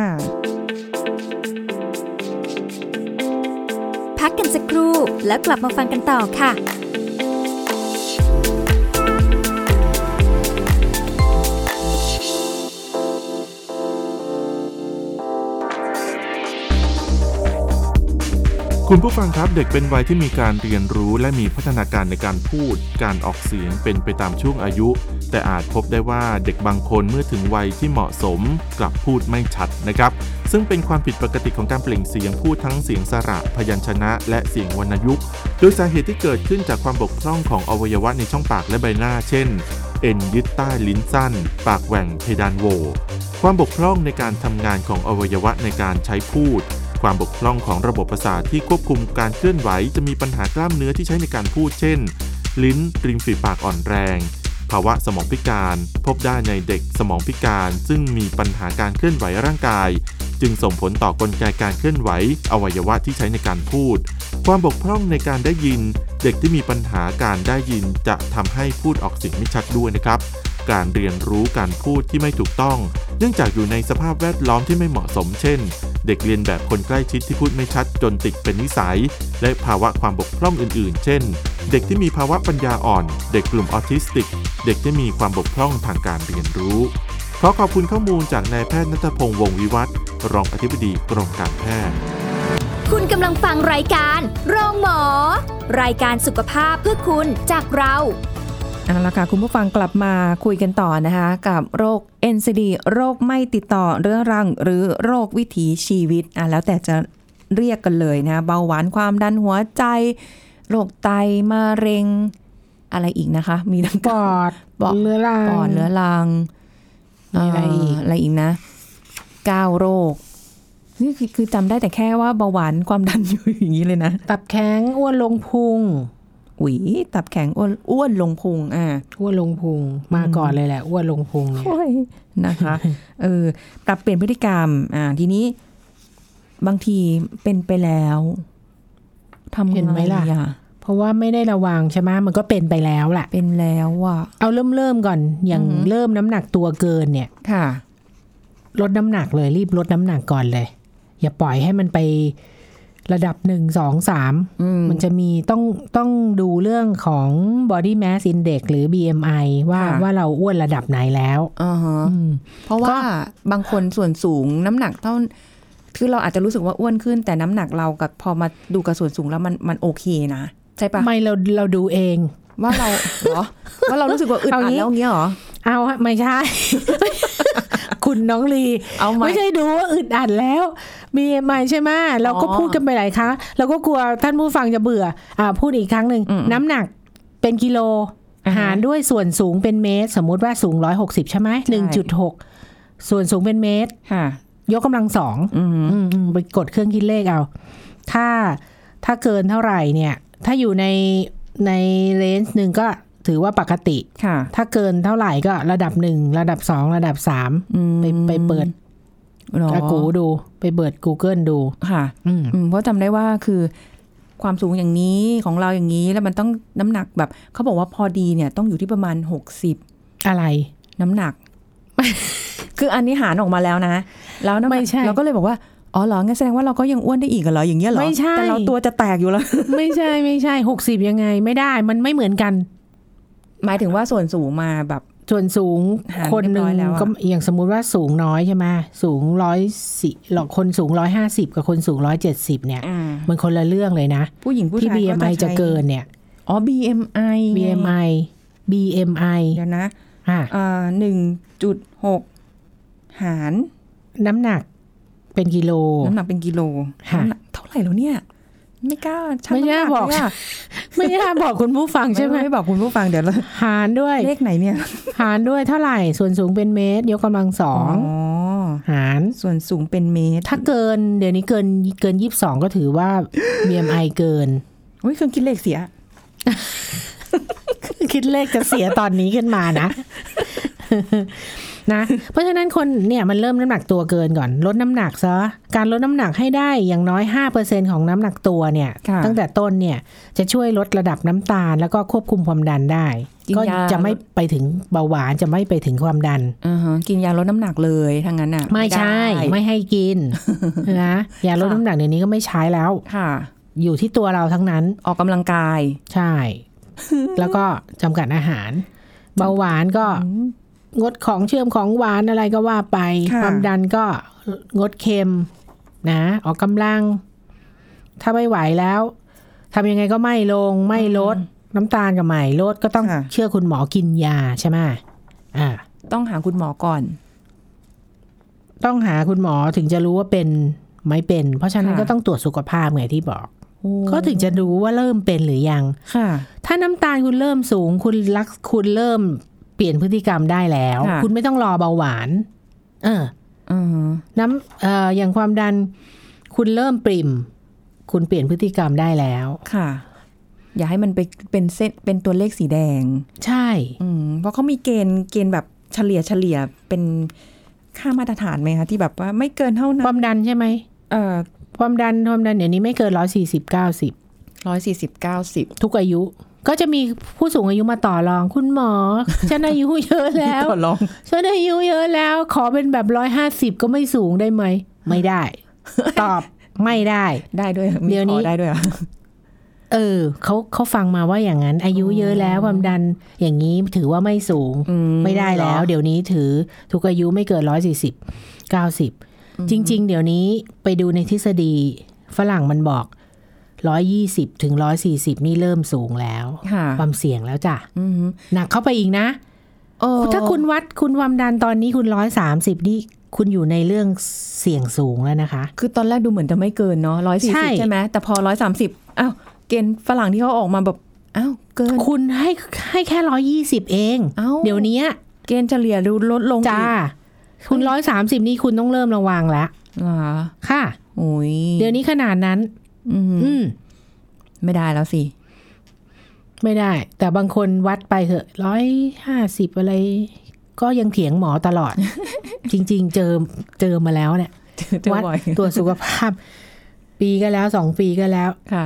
[SPEAKER 3] พักกันสักครู่แล้วกลับมาฟังกันต่อค่ะ
[SPEAKER 4] คุณผู้ฟังครับเด็กเป็นวัยที่มีการเรียนรู้และมีพัฒนาการในการพูด การออกเสียงเป็นไปตามช่วงอายุ แต่อาจพบได้ว่าเด็กบางคนเมื่อถึงวัยที่เหมาะสม กลับพูดไม่ชัดนะครับ ซึ่งเป็นความผิดปกติของการเปล่งเสียงพูดทั้งเสียงสระ พยัญชนะ และเสียงวรรณยุกต์โดยสาเหตุที่เกิดขึ้นจากความบกพร่องของอวัยวะในช่องปากและใบหน้า เช่น เอ็นยึดใต้ลิ้นสั้น ปากแหว่งเพดานโหว ความบกพร่องในการทำงานของอวัยวะในการใช้พูด ความบกพร่องของระบบประสาทที่ควบคุมการเคลื่อนไหวจะมีปัญหากล้ามเนื้อที่ใช้ในการพูดเช่น ลิ้นริมฝีปากอ่อนแรง ภาวะสมองพิการ พบได้ในเด็กสมองพิการ ซึ่งมีปัญหาการเคลื่อนไหวร่างกาย จึงส่งผลต่อกลไกการเคลื่อนไหว อวัยวะที่ใช้ในการพูด ความบกพร่องในการได้ยิน เด็กที่มีปัญหาการได้ยินจะทำให้พูดออกเสียงไม่ชัดด้วยนะครับ การเรียนรู้การพูดที่ไม่ถูกต้อง เนื่องจากอยู่ในสภาพแวดล้อมที่ไม่เหมาะสมเช่น เด็กเรียนแบบคนใกล้ชิดที่พูดไม่ชัดจนติดเป็นนิสัย และภาวะความบกพร่องอื่นๆ เช่น เด็กที่มีภาวะปัญญาอ่อน เด็กกลุ่มออทิสติก เด็กที่มีความบกพร่องทางการเรียนรู้ ขอขอบคุณข้อมูลจากนายแพทย์นัทพงษ์วงศ์วิวัฒน์รองอธิบดีกรมการแพทย์
[SPEAKER 3] คุณกำลังฟังรายการโรงหมอ รายการสุขภาพเพื่อคุณจากเรา
[SPEAKER 1] เอาละค่ะคุณผู้ฟังกลับมาคุยกันต่อนะคะ กับโรค NCD โรคไม่ติดต่อเรื้อรัง หรือโรควิถีชีวิตอ่ะแล้วแต่จะเรียกกันเลยนะ เบาหวานความดันหัวใจ โรคไตมะเร็ง อะไรอีกนะคะ มีทั้ง
[SPEAKER 2] ปอด
[SPEAKER 1] บอก
[SPEAKER 2] เรื้อรัง
[SPEAKER 1] ปอดเรื้อรัง
[SPEAKER 2] มีอะไรอีก
[SPEAKER 1] เอะไรอีกนะเก้าโรค นี่คือคือจำได้แต่แค่ว่าเบาหวานความดันอยู่อย่างนี้เลยนะ
[SPEAKER 2] ตับแข็งอ้วนลงพุง
[SPEAKER 1] อุ๋ยตับแข็งอ้วนอ้วนลงพุงอ่า
[SPEAKER 2] อ้วนลงพุงมาก่อนเลยแหละอ้วนลงพุงเนี่ย
[SPEAKER 1] โอ้ยนะคะ เออปรับเปลี่ยนพฤติกรรม อ่า ทีนี้บางทีเป็นไปแล้วทำ
[SPEAKER 2] เห็นไหมล่ะ
[SPEAKER 1] งอ
[SPEAKER 2] เพราะว่าไม่ได้ระวังใช่ไหมมันก็เป็นไปแล้วแหละ
[SPEAKER 1] เป็นแล้วอ่ะ
[SPEAKER 2] เอาเริ่มเริ่มๆก่อน อย่าง
[SPEAKER 1] อือหือ
[SPEAKER 2] เริ่มน้ำหนักตัวเกินเนี่ย
[SPEAKER 1] ค่ะ
[SPEAKER 2] ลดน้ำหนักเลยรีบลดน้ำหนักก่อนเลย อย่าปล่อยให้มันไประดับหนึ่งสองสาม
[SPEAKER 1] อืม
[SPEAKER 2] มันจะมีต้องต้องดูเรื่องของ body mass index หรือ BMI ว่า
[SPEAKER 1] ค่ะ
[SPEAKER 2] ว่าเราอ้วนระดับไหนแล้ว
[SPEAKER 1] อ่าฮะ
[SPEAKER 2] อืม
[SPEAKER 1] เพราะว่าบางคนส่วนสูงน้ำหนักเท่า คือเราอาจจะรู้สึกว่าอ้วนขึ้น แต่น้ำหนักเรากับพอมาดูกับส่วนสูงแล้วมันมันโอเคนะ ใช่ปะ
[SPEAKER 2] ไม่เราเราดูเอง
[SPEAKER 1] ว่าเราเหร อว่าเรารู้สึกว่าอึด
[SPEAKER 2] เอา
[SPEAKER 1] อัด
[SPEAKER 2] งี้
[SPEAKER 1] แล้วอย่างเงี้ยเหรอ
[SPEAKER 2] เอาฮะไม่ใช่ คุณน้องลี
[SPEAKER 1] เอาไหม
[SPEAKER 2] ไม่ใช่ดูว่าอึดอัดแล้ว BMI ใช่ไหมเราก็
[SPEAKER 1] อ๋อ
[SPEAKER 2] พูดกันไปหลายครั้งเราก็กลัวท่านผู้ฟังจะเบื่อ อ่าพูดอีกครั้งหนึ่ง
[SPEAKER 1] อืม
[SPEAKER 2] น้ำหนักเป็นกิโล
[SPEAKER 1] อ่าฮะ
[SPEAKER 2] หารด้วยส่วนสูงเป็นเมตร สมมุติว่าสูง 160 ใช่ไหม
[SPEAKER 1] ใช่
[SPEAKER 2] 1.6 ส่วนสูงเป็นเมตร
[SPEAKER 1] ค่ะ
[SPEAKER 2] ยกกำลังสอง
[SPEAKER 1] อืม
[SPEAKER 2] อืมอืมไปกดเครื่องคิดเลขเอา ถ้าถ้าเกินเท่าไหร่เนี่ย ถ้าอยู่ในในเลนส์หนึ่งก็ถือว่าปกติ
[SPEAKER 1] ค่ะ
[SPEAKER 2] ถ้าเกินเท่าไหร่ก็ระดับหนึ่งระดับสองระดับสาม
[SPEAKER 1] อืม
[SPEAKER 2] ไปไปเปิด
[SPEAKER 1] หรอ
[SPEAKER 2] อากูดู ไปเปิด Google ดู
[SPEAKER 1] ค่ะ
[SPEAKER 2] อืม
[SPEAKER 1] อืมเพราะจำได้ว่าคือความสูงอย่างนี้ของเราอย่างนี้แล้วมันต้องน้ำหนักแบบเขาบอกว่าพอดีเนี่ยต้องอยู่ที่ประมาณ 60
[SPEAKER 2] อะไร
[SPEAKER 1] น้ำหนั ก คืออันนี้หารออกมาแล้วนะ แล้วน้ำหนัก
[SPEAKER 2] ไม่ใช่
[SPEAKER 1] เราก็เลยบอกว่าอ๋อเหรองั้นแสดงว่าเราก็ยังอ้วนได้อีกเหรออย่างเงี้ยเหรอ
[SPEAKER 2] ไม่ใช่
[SPEAKER 1] แต่เราตัวจะแตกอยู่แล้ว
[SPEAKER 2] ไม่ใช่ไม่ใช่หกสิบยังไงไม่ได้มันไม่เหมือนกัน
[SPEAKER 1] หมายถึงว่าส่วนสูงมาแบบ
[SPEAKER 2] ส่วนสูง
[SPEAKER 1] หาร
[SPEAKER 2] คนหนึ่ง
[SPEAKER 1] เรียบร้อยแล้วอะ
[SPEAKER 2] ก็อย่างสมมุติว่าสูงน้อยใช่ไหมสูงร้อยสี่หรอกคนสูงร้อยห้าสิบกับคนสูงร้อยเจ็ดสิบเนี่ยมันคนละเรื่องเลยนะ
[SPEAKER 1] ผู้หญิงผู้ชาย
[SPEAKER 2] ที่
[SPEAKER 1] ก็ใช้
[SPEAKER 2] BMI จะเกินเนี่ย
[SPEAKER 1] อ๋อ BMI ไง
[SPEAKER 2] BMI BMI
[SPEAKER 1] เดี๋ยวนะ
[SPEAKER 2] อ่ะ
[SPEAKER 1] หนึ่งจุดหกหาร
[SPEAKER 2] น้ำหนักเป็นกิโล
[SPEAKER 1] น้ำหนักเป็นกิโล
[SPEAKER 2] ค่ะ
[SPEAKER 1] น้ำหนักเท่าไหร่แล้วเนี่ย ไม่กล้าชั่ง
[SPEAKER 2] ไม่
[SPEAKER 1] น้ำห
[SPEAKER 2] น่า
[SPEAKER 1] นัก
[SPEAKER 2] บอก
[SPEAKER 1] เลยอะ
[SPEAKER 2] ไม่น่าบอกคุณผู้ฟัง
[SPEAKER 1] ใช่
[SPEAKER 2] ใช่
[SPEAKER 1] ไห
[SPEAKER 2] ไห
[SPEAKER 1] ม
[SPEAKER 2] ม
[SPEAKER 1] ไม่บอกคุณผู้ฟังเดี๋ยวเรา
[SPEAKER 2] หารด้วย
[SPEAKER 1] เลขไหนเนี่ย
[SPEAKER 2] หารด้วยเท่าไหร่ ส่วนสูงเป็นเมตร ยกกำลังสอง หาร
[SPEAKER 1] ส่วนสูงเป็นเมตร
[SPEAKER 2] ถ้าเกิน เดี๋ยวนี้เกินเกินยี่สิบสองก็ถือว่า BMI เกิน
[SPEAKER 1] อุ้ยเครื่องคิดเลขเสีย
[SPEAKER 2] คิดเลขจะเสียตอนนี้ขึ้นมานะ นะ เพราะฉะนั้นคนเนี่ยมันเริ่มน้ำหนักตัวเกินก่อน ลดน้ำหนักซะการลดน้ำหนักให้ได้อย่างน้อย 5%ของน้ำหนักตัวเนี่ย
[SPEAKER 1] ค่ะ
[SPEAKER 2] ตั้งแต่ต้นเนี่ยจะช่วยลดระดับน้ำตาล แล้วก็ควบคุมความดันได้
[SPEAKER 1] กิน
[SPEAKER 2] ก็
[SPEAKER 1] ยา
[SPEAKER 2] จะไม่ไปถึงเบาหวานจะไม่ไปถึงความดัน
[SPEAKER 1] อ่าฮะกินยาลดน้ำหนักเลยทางนั้นอ่ะ
[SPEAKER 2] ไม่ใช่
[SPEAKER 1] ด้
[SPEAKER 2] ไม่ให้กิ น นะยาลด
[SPEAKER 1] ค่ะ
[SPEAKER 2] น้ำหนักเดี๋ยวนี้ก็ไม่ใช้แล้ว
[SPEAKER 1] ค่ะ
[SPEAKER 2] อยู่ที่ตัวเราทั้งนั้น
[SPEAKER 1] ออกกำลังกาย
[SPEAKER 2] ใช่ แล้วก็จำกัดอาหาร เบาหวานก็งดของเชื่อมของหวานอะไรก็ว่าไป
[SPEAKER 1] ค่ะ
[SPEAKER 2] ความดันก็งดเค็มนะ ออกกำลัง ถ้าไม่ไหวแล้วทำยังไงก็ไม่ลง ไม่ลด น้ำตาลก็ไม่ลดก็ต้อง
[SPEAKER 1] ค่ะ
[SPEAKER 2] เชื่อคุณหมอกินยาใช่ไหมอ่า
[SPEAKER 1] ต้องหาคุณหมอก่อน
[SPEAKER 2] ต้องหาคุณหมอถึงจะรู้ว่าเป็นไม่เป็น เพราะฉะนั้น
[SPEAKER 1] ค่ะ
[SPEAKER 2] ก็ต้องตรวจสุขภาพไงที่บอก ก็ถึงจะรู้ว่าเริ่มเป็นหรือยัง
[SPEAKER 1] ค่ะ
[SPEAKER 2] ถ้าน้ำตาลคุณเริ่มสูง คุณรักคุณเริ่มเปลี่ยนพฤติกรรมได้แล้ว
[SPEAKER 1] ค่ะ
[SPEAKER 2] คุณไม่ต้องรอเบาหวาน เออ
[SPEAKER 1] อือฮะ
[SPEAKER 2] น้ำเอ่ออย่างความดัน คุณเริ่มปริ่ม คุณเปลี่ยนพฤติกรรมได้แล้ว
[SPEAKER 1] ค่ะ อย่าให้มันไปเป็นเส้นเป็นตัวเลขสีแดง
[SPEAKER 2] ใช่
[SPEAKER 1] อืมเพราะเขามีเกณฑ์เกณฑ์แบบเฉลี่ยเฉลี่ยเป็นค่ามาตรฐานไหมคะที่แบบว่าไม่เกินเท่า
[SPEAKER 2] ค
[SPEAKER 1] นั้น
[SPEAKER 2] วามดันใช่ไหม
[SPEAKER 1] เอ่อ
[SPEAKER 2] ความดันความดันเดี๋ยวนี้ไม่เกินร้อยสี่สิบเก้าสิบ
[SPEAKER 1] ร้อยสี่สิบเก้าสิบ
[SPEAKER 2] ทุกอายุ ก็จะมีผู้สูงอายุมาต่อรอง คุณหมอ ฉันอายุเยอะแล้ว ฉันอายุเยอะแล้ว ขอเป็นแบบร้อยห้าสิบก็ไม่สูงได้ไหม ไม่ได้ ตอบไม่ได้
[SPEAKER 1] ได้ด้วยหรอมี
[SPEAKER 2] เดี๋ยวนี้
[SPEAKER 1] ขอได้ด้วยเหรอ
[SPEAKER 2] เออเขาเขาฟังมาว่าอย่างนั้น อายุเยอะแล้วความดันอย่างนี้ถือว่าไม่สูง ไม่ได้แล้ว เดี๋ยวนี้ถือทุกอายุไม่เกินร้อยสี่สิบเก้าสิบจริง ๆ เดี๋ยวนี้ไปดูในทฤษฎีฝรั่งมันบอกร้อยยี่สิบถึงร้อยสี่สิบนี่เริ่มสูงแล้ว
[SPEAKER 1] ค่ะ
[SPEAKER 2] ความเสี่ยงแล้วจ้ะ
[SPEAKER 1] อืม
[SPEAKER 2] หนักเข้าไปอีกนะ
[SPEAKER 1] โอ้
[SPEAKER 2] ถ้าคุณวัดคุณความดันตอนนี้คุณร้อยสามสิบนี่คุณอยู่ในเรื่องเสี่ยงสูงแล้วนะคะ
[SPEAKER 1] คือตอนแรกดูเหมือนจะไม่เกินเนาะร้อยสี่
[SPEAKER 2] ใช่
[SPEAKER 1] สิบใช่ไหมแต่พอร้อยสามสิบอ้าวเกณฑ์ฝรั่งที่เขาออกมาแบบอ้าวเกิน
[SPEAKER 2] คุณให้ให้แค่ร้อยี่สิบเอง
[SPEAKER 1] เอ้า
[SPEAKER 2] เดี๋ยวนี้
[SPEAKER 1] เกณฑ์เฉลี่ยดูลดลง
[SPEAKER 2] จ้า
[SPEAKER 1] อีก
[SPEAKER 2] คุณร้อยสามสิบนี่คุณต้องเริ่มระวังแล้ว
[SPEAKER 1] เหรอ
[SPEAKER 2] ค่ะ
[SPEAKER 1] โอ้ย
[SPEAKER 2] เดี๋ยวนี้ขนาดนั้น
[SPEAKER 1] อืม
[SPEAKER 2] อืม
[SPEAKER 1] ไม่ได้แล้วสิ
[SPEAKER 2] ไม่ได้ แต่บางคนวัดไปเถอะร้อยห้าสิบอะไร ก็ยังเถียงหมอตลอ ด จริง ๆ เจอเจอมาแล้วเนี่ย
[SPEAKER 1] เจอเจอ
[SPEAKER 2] วัด
[SPEAKER 1] บ่อย
[SPEAKER 2] ตัวจสุขภาพ ปีก็แล้วสองปีก็แล้ว
[SPEAKER 1] ค่ะ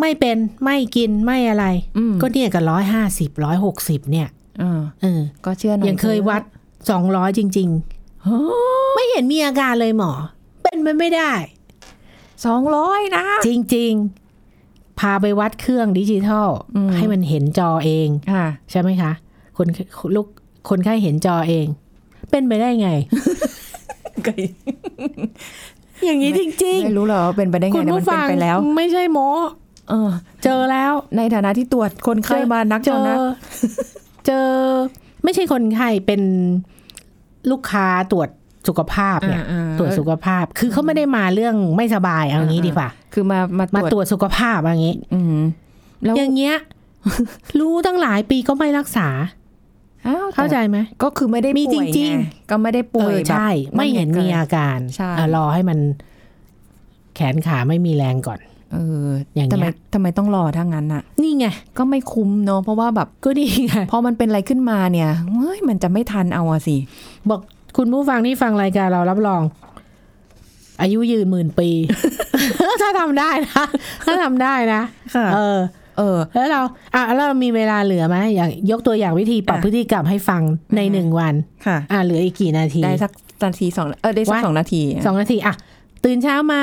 [SPEAKER 2] ไม่เป็นไม่กินไม่อะไร
[SPEAKER 1] อืม
[SPEAKER 2] ก็เนี่ยกับร้อยห้าสิบร้อยหกสิบเนี่ย
[SPEAKER 1] อ่า
[SPEAKER 2] เออ
[SPEAKER 1] ก็เชื่อหน่อย
[SPEAKER 2] ยังเคยวัดสองร้อยจริง ๆ ไม่เห็นมีอาการเลยหมอ เป็นไปไม่ได้
[SPEAKER 1] สองร้อยนะ
[SPEAKER 2] จริง ๆ พาไปวัดเครื่องดิจิทัล
[SPEAKER 1] อืม
[SPEAKER 2] ให้มันเห็นจอเอง
[SPEAKER 1] ค่ะ
[SPEAKER 2] ใช่ไหมคะ คนลูกคนไข้เห็นจอเอง เป็นไปได้ ไง อย่างนี้จริง
[SPEAKER 1] ไม่รู้เหรอว่าเป็นไปได้ไง
[SPEAKER 2] ๆ คุณ
[SPEAKER 1] แต่มั
[SPEAKER 2] ผู้
[SPEAKER 1] นเป็
[SPEAKER 2] ฟั
[SPEAKER 1] น
[SPEAKER 2] ง
[SPEAKER 1] ไปแล้ว
[SPEAKER 2] ไม่ใช่หมอ
[SPEAKER 1] เออ
[SPEAKER 2] เจอแล้ว
[SPEAKER 1] ในฐานะที่ตรวจคนไข้มานัก
[SPEAKER 2] เจ
[SPEAKER 1] ต่อ
[SPEAKER 2] อ
[SPEAKER 1] นัก
[SPEAKER 2] เจอไม่ใช่คนไข้เป็นลูกค้าตรวจสุขภาพเนี่ย
[SPEAKER 1] อ่าๆ
[SPEAKER 2] ตรวจสุขภาพ คือเขาไม่ได้มาเรื่องไม่สบายเอางี้
[SPEAKER 1] อ่าๆ
[SPEAKER 2] ดีกว่า
[SPEAKER 1] คือมามา
[SPEAKER 2] มา
[SPEAKER 1] ตรวจ
[SPEAKER 2] ตรวจสุขภาพอย่างงี้
[SPEAKER 1] อืมแล้ว
[SPEAKER 2] อย่างเงี้ย รู้ตั้งหลายปีก็ไม่รักษา
[SPEAKER 1] อ้าวแต่
[SPEAKER 2] เข้าใจไหม
[SPEAKER 1] ก็คือไม่ได้
[SPEAKER 2] มี
[SPEAKER 1] ป่วย
[SPEAKER 2] จริง
[SPEAKER 1] ไ
[SPEAKER 2] ๆ
[SPEAKER 1] ก็ไม่ได้ป่วย
[SPEAKER 2] เออ
[SPEAKER 1] แบบ
[SPEAKER 2] ใช่ ไม่เห็นมีอาการ
[SPEAKER 1] ใช่
[SPEAKER 2] อ่ะรอให้มันแขนขาไม่มีแรงก่อน
[SPEAKER 1] เออ
[SPEAKER 2] อย่างเงี้
[SPEAKER 1] ทำ
[SPEAKER 2] ย
[SPEAKER 1] ไมทำไมต้องรอถ้างั้นน่ะ
[SPEAKER 2] นี่ไง
[SPEAKER 1] ก็ไม่คุ้มเนาะเพราะว่าแบบ
[SPEAKER 2] ก็นี่ไง
[SPEAKER 1] พอมันเป็นอะไรขึ้นมาเนี่ยเฮ้ยมันจะไม่ทันเอาอะสิ
[SPEAKER 2] บอกคุณผู้ฟังที่ฟังรายการเรารับรอง อายุยืนหมื่น ปี ถ้าทำได้นะถ้าทำได้นะ
[SPEAKER 1] ค่ะ
[SPEAKER 2] เออ
[SPEAKER 1] เออ
[SPEAKER 2] แล้วเราอ่ะแล้วเรามีเวลาเหลือไหมอย่างยกตัวอย่างวิธีปรับ
[SPEAKER 1] อ่ะ
[SPEAKER 2] พฤติกรรมให้ฟังในหนึ่งวัน
[SPEAKER 1] ค่ะ
[SPEAKER 2] อ่ะเหลืออีกกี่นาที
[SPEAKER 1] ได้สักนาทีสองเออได้สัก
[SPEAKER 2] ว่า
[SPEAKER 1] สองนาที
[SPEAKER 2] สองนาทีอ่ะตื่นเช้ามา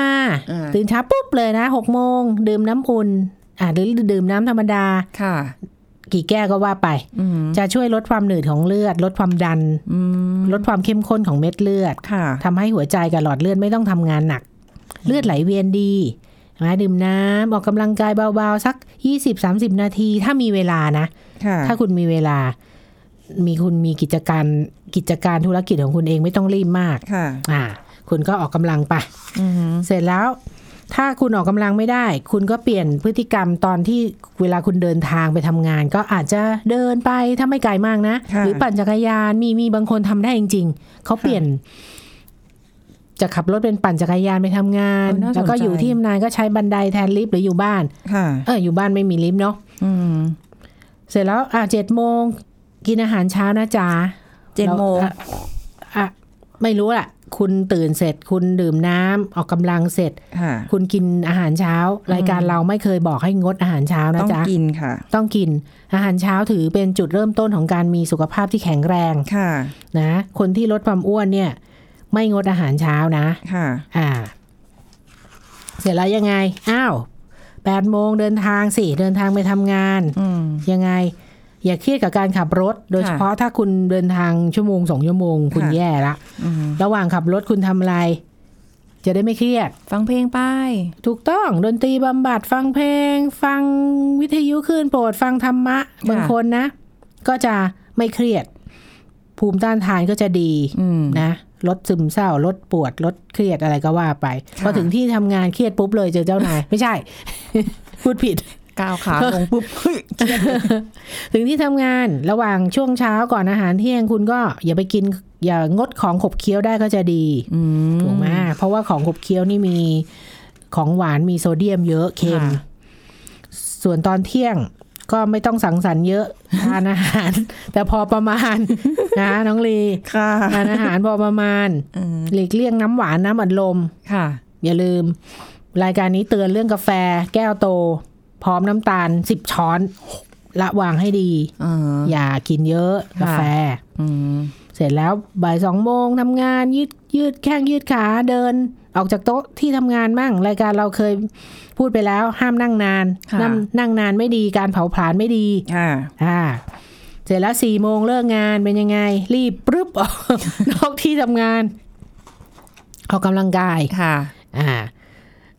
[SPEAKER 1] อ่า
[SPEAKER 2] ตื่นเช้าปุ๊บเลยนะหกโมงดื่มน้ำอุ่นอ่ะหรือดื่มน้ำธรรมดา
[SPEAKER 1] ค่ะ
[SPEAKER 2] กี่แก้วก็ว่าไป
[SPEAKER 1] อืม
[SPEAKER 2] จะช่วยลดความหนืดของเลือด ลดความดัน
[SPEAKER 1] อืม
[SPEAKER 2] ลดความเข้มข้นของเม็ดเลือด
[SPEAKER 1] ค่ะ
[SPEAKER 2] ทำให้หัวใจกับหลอดเลือดไม่ต้องทำงานหนัก เลือดไหลเวียนดีนะดื่มน้ำออกกำลังกายเบาๆ สัก 20-30 นาที ถ้ามีเวลานะ
[SPEAKER 1] ค่ะ
[SPEAKER 2] ถ้าคุณมีเวลา มีคุณมีกิจการกิจการธุรกิจของคุณเองไม่ต้องรีบมาก
[SPEAKER 1] ค่ะ
[SPEAKER 2] อ่า คุณก็ออกกำลังไป
[SPEAKER 1] อืม
[SPEAKER 2] เสร็จแล้ว ถ้าคุณออกกำลังไม่ได้ คุณก็เปลี่ยนพฤติกรรมตอนที่เวลาคุณเดินทางไปทำงาน ก็อาจจะเดินไปถ้าไม่ไกลมากนะ
[SPEAKER 1] ค่ะ
[SPEAKER 2] หรือปั่นจักรยานมีมีบางคนทำได้จริง ๆ เขาเปลี่ยน จะขับรถเป็นปั่นจักรยานไปทำงาน
[SPEAKER 1] เออน่าสนใจ
[SPEAKER 2] แล้วก็อยู่ที่ทำงานก็ใช้บันไดแทนลิฟต์หรืออยู่บ้าน
[SPEAKER 1] ค่ะ
[SPEAKER 2] เอออยู่บ้านไม่มีลิฟต์เนาะ
[SPEAKER 1] อืม
[SPEAKER 2] เสร็จแล้วอ่ะเจ็ดโมงกินอาหารเช้านะจ๊ะ
[SPEAKER 1] เจ็ดโมง
[SPEAKER 2] แล้วอ่ะอ่ะไม่รู้ล่ะ คุณตื่นเสร็จ คุณดื่มน้ำออกกำลังเสร็จ
[SPEAKER 1] ค่ะ
[SPEAKER 2] คุณกินอาหารเช้า รายการเราไม่เคยบอกให้งดอาหารเช้านะ
[SPEAKER 1] ต้อง
[SPEAKER 2] จ๊ะ
[SPEAKER 1] กินค่ะ
[SPEAKER 2] ต้องกินอาหารเช้าถือเป็นจุดเริ่มต้นของการมีสุขภาพที่แข็งแรง
[SPEAKER 1] ค่ะ
[SPEAKER 2] นะคนที่ลดความอ้วนเนี่ย ไม่งดอาหารเช้านะ
[SPEAKER 1] ค่ะ
[SPEAKER 2] อ่า เสร็จแล้วยังไงอ้าวแปดโมงเดินทางสิเดินทางไปทำงาน
[SPEAKER 1] อืม
[SPEAKER 2] ยังไง อย่าเครียดกับการขับรถ โดย
[SPEAKER 1] ค่ะ
[SPEAKER 2] เฉพาะถ้าคุณเดินทางชั่วโมงสองชั่วโมง คุณ
[SPEAKER 1] ค่ะ
[SPEAKER 2] แย่ละ
[SPEAKER 1] อืม
[SPEAKER 2] ระหว่างขับรถคุณทำอะไร จะได้ไม่เครียด
[SPEAKER 1] ฟังเพลงไป
[SPEAKER 2] ถูกต้องดนตรีบำบัดฟังเพลง ฟังวิทยุคลื่นโปรดฟังธรรมะ
[SPEAKER 1] ค่ะ
[SPEAKER 2] บางคนนะ ก็จะไม่เครียด ภูมิต้านทานก็จะดี
[SPEAKER 1] อืม
[SPEAKER 2] นะลดซึมเศร้าลดปวดลดเครียดอะไรก็ว่าไป
[SPEAKER 1] ค่ะ
[SPEAKER 2] พอถึงที่ทำงานเครียดปุ๊บเลยเจอเจ้านาย ไม่ใช่ พูดผิด
[SPEAKER 1] ก้าวขาลงปุ๊บเฮ้ย
[SPEAKER 2] ถึงที่ทำงานระหว่างช่วงเช้าก่อนอาหารเที่ยงคุณก็อย่าไปกินอย่างดของขบเคี้ยวได้ก็จะดี
[SPEAKER 1] อืม
[SPEAKER 2] ถูกไหมเพราะว่าของขบเคี้ยวนี่มีของหวานมีโซเดียมเยอะเค็ม
[SPEAKER 1] ค่ะ
[SPEAKER 2] ส่วนตอนเที่ยงก็ไม่ต้องสังสรรค์เย อะทานอาหาร แต่พอประมาณ นะน้องลี
[SPEAKER 1] ค่ะ
[SPEAKER 2] ทานอาหารพอประมา ณ
[SPEAKER 1] อืม
[SPEAKER 2] หลีกเลี่ยงน้ำหวานน้ำอัดลม
[SPEAKER 1] ค่ะ
[SPEAKER 2] อย่าลืม รายการนี้เตือนเรื่องกาแฟ แก้วโต พร้อมน้ำตาลสิบช้อนละวางให้ดี
[SPEAKER 1] อ่า
[SPEAKER 2] อย่ากินเยอะ
[SPEAKER 1] ค่ะ
[SPEAKER 2] กาแฟ
[SPEAKER 1] อืม
[SPEAKER 2] เสร็จแล้วบ่ายสองโมงทำงานยืดยืดแข้งยืดขาเดิน ออกจากโต๊ะที่ทำงานมั่ง รายการเราเคยพูดไปแล้ว ห้ามนั่งนาน
[SPEAKER 1] ค่ะ
[SPEAKER 2] นั่งนั่งนานไม่ดีการเผาผลาญไม่ดี
[SPEAKER 1] ค่ะ
[SPEAKER 2] อ่าเสร็จแล้วสี่โมงเลิกงานเป็นยังไง รีบปรึ๊บ ออก นอกที่ทำงาน ออกกำลังกาย
[SPEAKER 1] ค่ะ
[SPEAKER 2] อ่า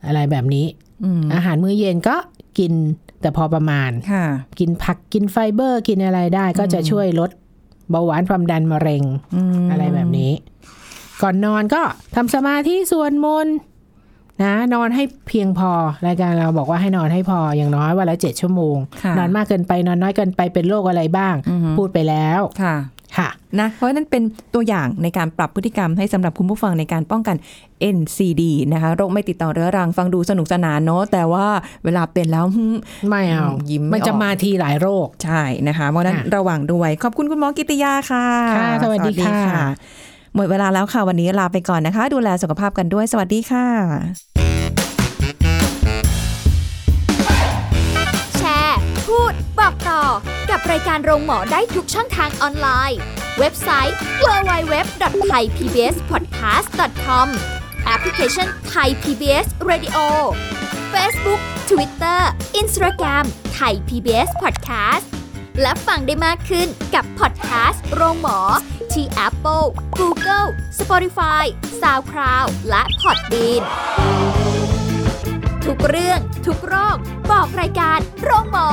[SPEAKER 2] อะไรแบบนี้
[SPEAKER 1] อืม
[SPEAKER 2] อาหารมื้อเย็นก็กินแต่พอประมาณ
[SPEAKER 1] ค่ะ
[SPEAKER 2] กินผักกินไฟเบอร์กินอะไรได้ก็จะช่วยลดเบาหวานความดันมะเร็ง
[SPEAKER 1] อืม
[SPEAKER 2] อะไรแบบนี้ ก่อนนอนก็ทำสมาธิสวดมนต์นะ นอนให้เพียงพอรายการเราบอกว่าให้นอนให้พออย่างน้อยวันละเจ็ดชั่วโมง
[SPEAKER 1] ค่ะ
[SPEAKER 2] นอนมากเกินไปนอนน้อยเกินไปเป็นโรคอะไรบ้าง
[SPEAKER 1] อืม
[SPEAKER 2] พูดไปแล้ว
[SPEAKER 1] ค่ะ
[SPEAKER 2] ค่ะ
[SPEAKER 1] นะเพราะฉะนั้นเป็นตัวอย่างในการปรับพฤติกรรมให้สำหรับคุณผู้ฟังในการป้องกัน NCD นะคะโรคไม่ติดต่อเรื้อรังฟังดูสนุกสนานเนาะแต่ว่าเวลาเป็นแล้ว หึ
[SPEAKER 2] ไม่เอา
[SPEAKER 1] ยิ้มไม่
[SPEAKER 2] มันจะ
[SPEAKER 1] ออก
[SPEAKER 2] มาทีหลายโรค
[SPEAKER 1] ใช่นะคะเพราะฉะนั้น
[SPEAKER 2] ค่ะ
[SPEAKER 1] ระวังด้วย ขอบคุณคุณหมอกิติยาค่ะ
[SPEAKER 2] ค่ะสวัสดีค่ะ
[SPEAKER 1] หมดเวลาแล้วค่ะวันนี้ลาไปก่อนนะคะ ดูแลสุขภาพกันด้วยสวัสดีค่ะ
[SPEAKER 3] แชร์ พูด บอกต่อ กับรายการโรงหมอได้ทุกช่องทางออนไลน์ เว็บไซต์ www.thaipbspodcast.com แอปพลิเคชัน Thai PBS Radio Facebook Twitter Instagram Thai PBS Podcast และฟังได้มากขึ้นกับพอดแคสต์โรงหมอ ที่ Apple, Google, Spotify, SoundCloud และ Podbean ทุกเรื่อง ทุกโรค บอกรายการโรงหมอ